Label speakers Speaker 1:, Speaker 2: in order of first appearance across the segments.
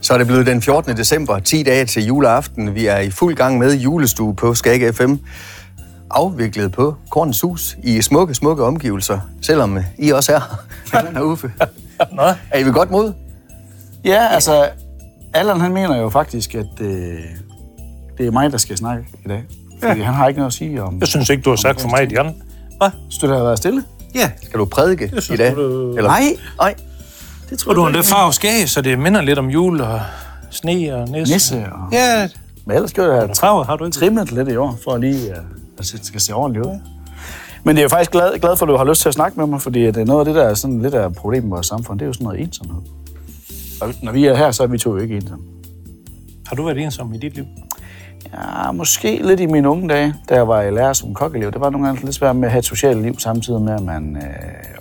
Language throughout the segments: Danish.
Speaker 1: Så er det blevet den 14. december, 10 dage til juleaften. Vi er i fuld gang med julestue på Skag FM. Afviklet på Kornens Hus i smukke, smukke omgivelser. Selvom I også er her, og Uffe.
Speaker 2: Nå.
Speaker 1: Er I ved godt mod?
Speaker 2: Ja, altså, Allan han mener jo faktisk, at øh, det er mig, der skal snakke i dag. Fordi ja. han har ikke noget at sige om...
Speaker 3: Jeg synes ikke, du har sagt for meget, Jan. Hvad?
Speaker 2: Synes du, det har været stille?
Speaker 1: Ja. Skal du prædike
Speaker 3: synes,
Speaker 1: i dag?
Speaker 3: du, det-
Speaker 1: Eller? Nej, nej.
Speaker 2: Det tror
Speaker 3: Og du har endda farve skæg, så det minder lidt om jul og sne og næse.
Speaker 2: Nisse og...
Speaker 3: Ja,
Speaker 2: Men ellers skal jeg have
Speaker 3: farve har du ikke.
Speaker 2: trimmet lidt i år, for at lige øh, at se- skal se ordentligt ud. Men jeg er faktisk glad, glad for, at du har lyst til at snakke med mig, fordi det er noget af det, der er sådan lidt af problemet i vores samfund, det er jo sådan noget ensomhed. Og når vi er her, så er vi to jo ikke ensomme.
Speaker 3: Har du været ensom i dit liv?
Speaker 2: Ja, måske lidt i mine unge dage, da jeg var i lærer som kokkelev. Det var nogle gange lidt svært med at have et socialt liv, samtidig med, at man øh,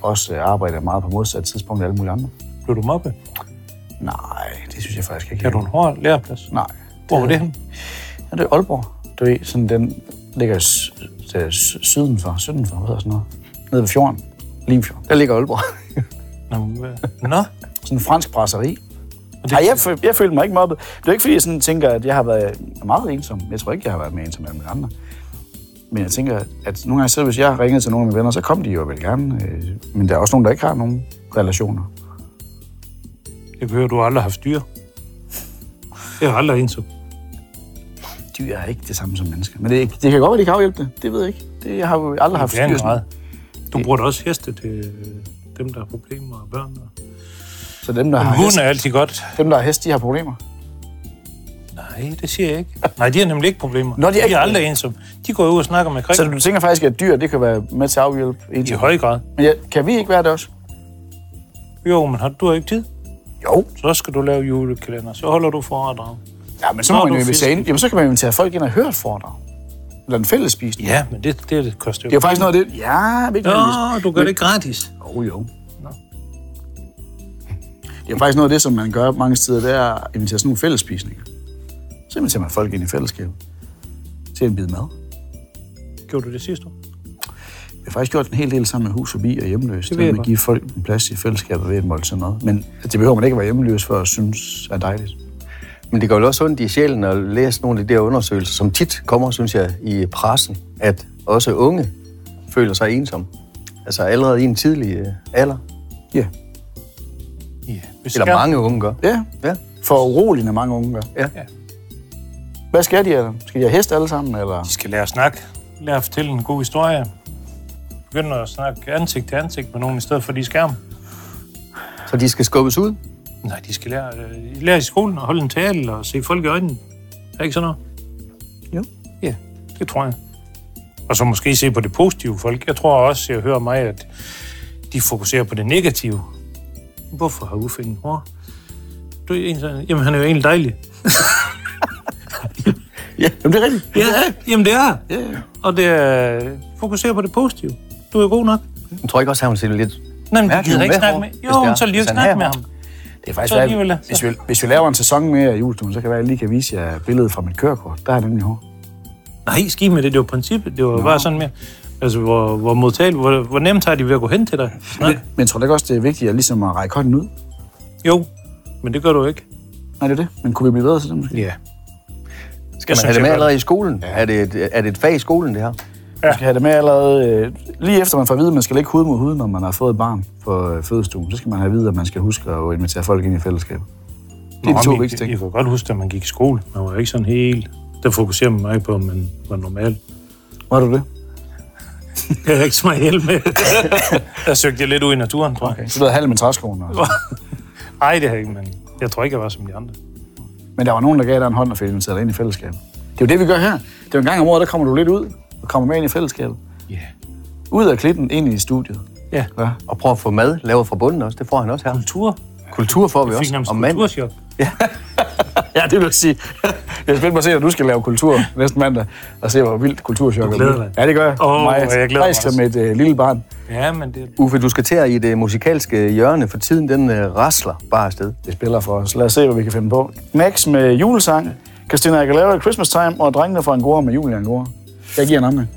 Speaker 2: også arbejder meget på modsat tidspunkt af alle mulige andre.
Speaker 3: Blev du mobbet?
Speaker 2: Nej, det synes jeg faktisk ikke.
Speaker 3: Kan du en hård læreplads?
Speaker 2: Nej.
Speaker 3: Hvor var det henne?
Speaker 2: Ja, det er Aalborg. Du ved, sådan den ligger i s- det er s- syden for, syden for, hvad hedder sådan noget? Nede ved fjorden. Limfjorden.
Speaker 1: Der ligger Aalborg.
Speaker 3: Nå, men øh, hvad- Nå.
Speaker 2: Sådan en fransk brasserie.
Speaker 3: Og det-
Speaker 2: Nej, jeg, fø- jeg følte mig ikke mobbet. Det er ikke, fordi jeg sådan tænker, at jeg har været meget ensom. Jeg tror ikke, jeg har været mere ensom end andre. Men jeg tænker, at nogle gange, selv hvis jeg har ringet til nogle af mine venner, så kom de jo vel gerne. øh, Men der er også nogen, der ikke har nogen relationer.
Speaker 3: Jeg kan høre, du har aldrig haft dyr. Jeg har aldrig ensom.
Speaker 2: Dyr er ikke det samme som mennesker. Men det, er ikke- det kan godt være, de kan afhjælpe det. Det ved jeg ikke. Det, jeg har jo aldrig haft
Speaker 3: Det er
Speaker 2: styr
Speaker 3: en
Speaker 2: sådan.
Speaker 3: meget. Du bruger da også heste til øh, dem, der har problemer og børn. og-
Speaker 2: Så dem, der
Speaker 3: Men
Speaker 2: har, hest,
Speaker 3: Hunde er altid godt.
Speaker 2: dem, der har hest, de har problemer.
Speaker 3: Nej, det siger jeg ikke. Nej, de har nemlig ikke problemer.
Speaker 2: Nå, de er ikke-
Speaker 3: de er aldrig ensomme. De går ud og snakker med krig
Speaker 2: Så du tænker faktisk, at dyr det kan være med til at afhjælpe
Speaker 3: i
Speaker 2: ensomhed?
Speaker 3: høj grad.
Speaker 2: Men ja, kan vi ikke være det også?
Speaker 3: Jo, men har, du har ikke tid.
Speaker 2: Jo.
Speaker 3: Så skal du lave julekalender. Så holder du foredrag.
Speaker 2: Ja, men så,
Speaker 3: Nå,
Speaker 2: må man
Speaker 3: du
Speaker 2: jo
Speaker 3: er
Speaker 2: invitere
Speaker 3: fisk.
Speaker 2: ind. Jamen, så kan man invitere folk ind og høre et foredrag. Eller en fællesspisning.
Speaker 3: Ja, men det, det, det koster jo.
Speaker 2: Det er jo faktisk noget af det. Ja, ikke
Speaker 3: Nå,
Speaker 2: nødvendigvis.
Speaker 3: du gør det gratis.
Speaker 2: Jo, jo.
Speaker 3: Nå.
Speaker 2: Det er faktisk noget af det, som man gør mange steder, det er at invitere sådan nogle fællesspisninger. Så inviterer man folk ind i fællesskabet til en bid mad.
Speaker 3: Gjorde du det sidste år?
Speaker 2: Vi har faktisk gjort en hel del sammen med hus forbi og hjemløse.
Speaker 3: Det
Speaker 2: Det
Speaker 3: ved jeg
Speaker 2: med at
Speaker 3: godt.
Speaker 2: give folk en plads i fællesskabet ved et måltid mad. Men det behøver man ikke at være hjemløs for at synes er dejligt.
Speaker 1: Men det gør jo også ondt i sjælen at læse nogle af de der undersøgelser, som tit kommer, synes jeg, i pressen, at også unge føler sig ensomme. Altså allerede i en tidlig øh, alder.
Speaker 2: Ja.
Speaker 3: Ja. Hvis
Speaker 1: Eller
Speaker 3: jeg-
Speaker 1: mange unge gør.
Speaker 2: Ja,
Speaker 1: Ja.
Speaker 2: for uroligende mange unge gør.
Speaker 1: Ja.
Speaker 3: Ja.
Speaker 2: Hvad skal de, Adam? Skal de have hest alle sammen, eller?
Speaker 3: De skal lære at snakke. Lære at fortælle en god historie. Begynd at snakke ansigt til ansigt med nogen i stedet for de skærm.
Speaker 1: Så de skal skubbes ud.
Speaker 3: Nej, de skal lære, øh, lære i skolen at holde en tale og se folk i øjnene. Er det ikke sådan noget?
Speaker 2: Jo.
Speaker 3: Ja, det tror jeg. Og så måske se på det positive folk. Jeg tror også, jeg hører mig, at de fokuserer på det negative. Hvorfor har Uffe en mor? Du er en, sådan- jamen, han er jo egentlig dejlig.
Speaker 2: Ja, jamen, det er rigtigt.
Speaker 3: Ja, jamen det er.
Speaker 2: Ja, ja.
Speaker 3: Og det er, fokusere på det positive. Du er god nok.
Speaker 1: Jeg tror ikke også, at han ser lidt...
Speaker 3: Nej, men
Speaker 1: Ja,
Speaker 3: de
Speaker 1: det er
Speaker 3: gider ikke
Speaker 1: med
Speaker 3: snakke
Speaker 1: hår,
Speaker 3: med.
Speaker 1: hvis det
Speaker 3: Jo,
Speaker 1: er.
Speaker 3: men så lige
Speaker 1: Hvis
Speaker 3: ikke
Speaker 1: han er
Speaker 3: snakke med
Speaker 1: her.
Speaker 3: ham.
Speaker 2: Det er faktisk,
Speaker 3: Så
Speaker 2: så
Speaker 3: alligevel, så-
Speaker 2: hvis, vi, hvis vi laver en sæson mere i julestuen, så kan det være, at jeg lige kan vise jer billedet fra mit kørekort. Der er nemlig hår.
Speaker 3: Nej, skib med det. Det var princippet. Det var Nå. bare sådan mere. Altså, hvor, hvor modtagelig, hvor, hvor nemt har de ved at gå hen til dig? Nej.
Speaker 2: Men, men tror du ikke også, det er vigtigt at, ligesom at række hånden ud?
Speaker 3: Jo, men det gør du ikke.
Speaker 2: Nej, det er det. Men kunne vi blive bedre til det måske?
Speaker 3: Ja.
Speaker 1: Skal man
Speaker 3: synes,
Speaker 1: have
Speaker 3: jeg
Speaker 1: det med
Speaker 3: gør
Speaker 1: allerede i skolen? Ja. Er, det et, er det et fag i skolen, det her?
Speaker 2: Man skal have det med allerede... Øh, lige efter man får at vide, at man skal ligge hud mod hud, når man har fået et barn på øh, fødestuen, så skal man have at vide, at man skal huske at invitere folk ind i fællesskabet. Det er de to
Speaker 3: men
Speaker 2: vigtigste
Speaker 3: jeg,
Speaker 2: ting.
Speaker 3: jeg kan godt huske, at man gik i skole. Man var ikke sådan helt... Der fokuserer man meget på, om man var normal.
Speaker 2: Var du det?
Speaker 3: Jeg havde ikke så meget hjælp med. der søgte jeg lidt ud i naturen, tror jeg.
Speaker 2: Så du havde halv med træskoene. Altså.
Speaker 3: Nej, det havde jeg ikke, men jeg tror ikke, jeg var som de andre.
Speaker 2: Men der var nogen, der gav dig en hånd og fik inviteret dig ind i fællesskabet. Det er jo det, vi gør her. Det er jo en gang om året, der kommer du lidt ud og kommer med ind i fællesskabet.
Speaker 3: Ja.
Speaker 2: Ud af klitten, ind i studiet.
Speaker 3: Ja.
Speaker 2: Ja.
Speaker 1: Og prøve at få mad lavet fra bunden også. Det får han også her.
Speaker 3: Kultur.
Speaker 1: Kultur får vi
Speaker 3: Jeg fik
Speaker 1: også.
Speaker 3: nærmest
Speaker 1: Og mand.
Speaker 3: kulturschok.
Speaker 2: ja, det vil jeg sige. Jeg er spændt på at se, at du skal lave kultur næste mandag, og se, hvor vildt kulturchok
Speaker 3: Du
Speaker 2: er.
Speaker 3: glæder
Speaker 2: blevet.
Speaker 3: dig.
Speaker 2: Ja, det gør jeg.
Speaker 3: Åh, jeg glæder mig
Speaker 2: mig. som
Speaker 3: også.
Speaker 2: et øh, lille barn.
Speaker 3: Ja, men det,
Speaker 1: Uffe, du skal til i det musikalske hjørne, for tiden den øh, rasler bare afsted.
Speaker 2: Det spiller for os. Lad os se, hvad vi kan finde på. Max med julesang. Christina Aguilera, Christmas Time, og drengene fra Angora med Julian Angora. Jeg giver en omgang.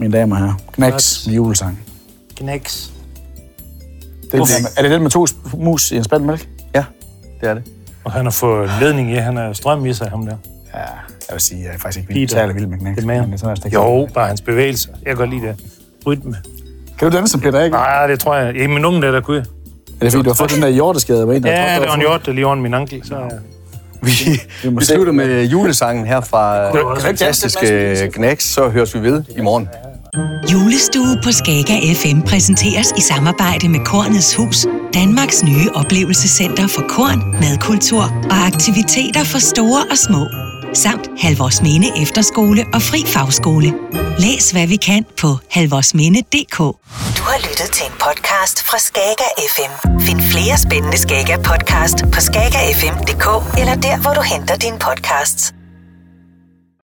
Speaker 2: Mine damer og herrer, Knacks med julesang.
Speaker 3: Knæks.
Speaker 2: Det er, den- er det den med to sp- mus i en spand mælk?
Speaker 1: Ja, det er det.
Speaker 3: Og han har fået ledning i, han har strøm i sig, ham der.
Speaker 2: Ja, jeg vil sige, jeg er faktisk ikke vild,
Speaker 3: Peter.
Speaker 2: særlig vild med Knacks.
Speaker 3: Det er mere.
Speaker 2: men sådan er det ikke.
Speaker 3: Jo, bare hans bevægelser. Jeg kan godt lide det. Rytme.
Speaker 2: Kan du danse som Peter Ager?
Speaker 3: Nej, det tror jeg. I min unge der, der kunne jeg.
Speaker 2: Er det fordi, du har fået den der hjorteskade med en, der har
Speaker 3: Ja,
Speaker 2: proppet
Speaker 3: det var en
Speaker 2: op?
Speaker 3: hjort, der lige over min ankel. Så, ja.
Speaker 1: Vi,
Speaker 2: Vi må
Speaker 1: vi
Speaker 2: se.
Speaker 1: slutter med julesangen her fra øh,
Speaker 3: Det var også
Speaker 1: fantastiske Knacks. Så høres vi ved i morgen.
Speaker 4: Julestue på Skager FM præsenteres i samarbejde med Kornets Hus, Danmarks nye oplevelsescenter for korn, madkultur og aktiviteter for store og små. Samt Halvorsminde Efterskole og Fri Fagskole. Læs hvad vi kan på halvorsminde.dk.
Speaker 5: Du har lyttet til en podcast fra Skager FM. Find flere spændende Skager podcast på skagerfm.dk eller der, hvor du henter dine podcasts.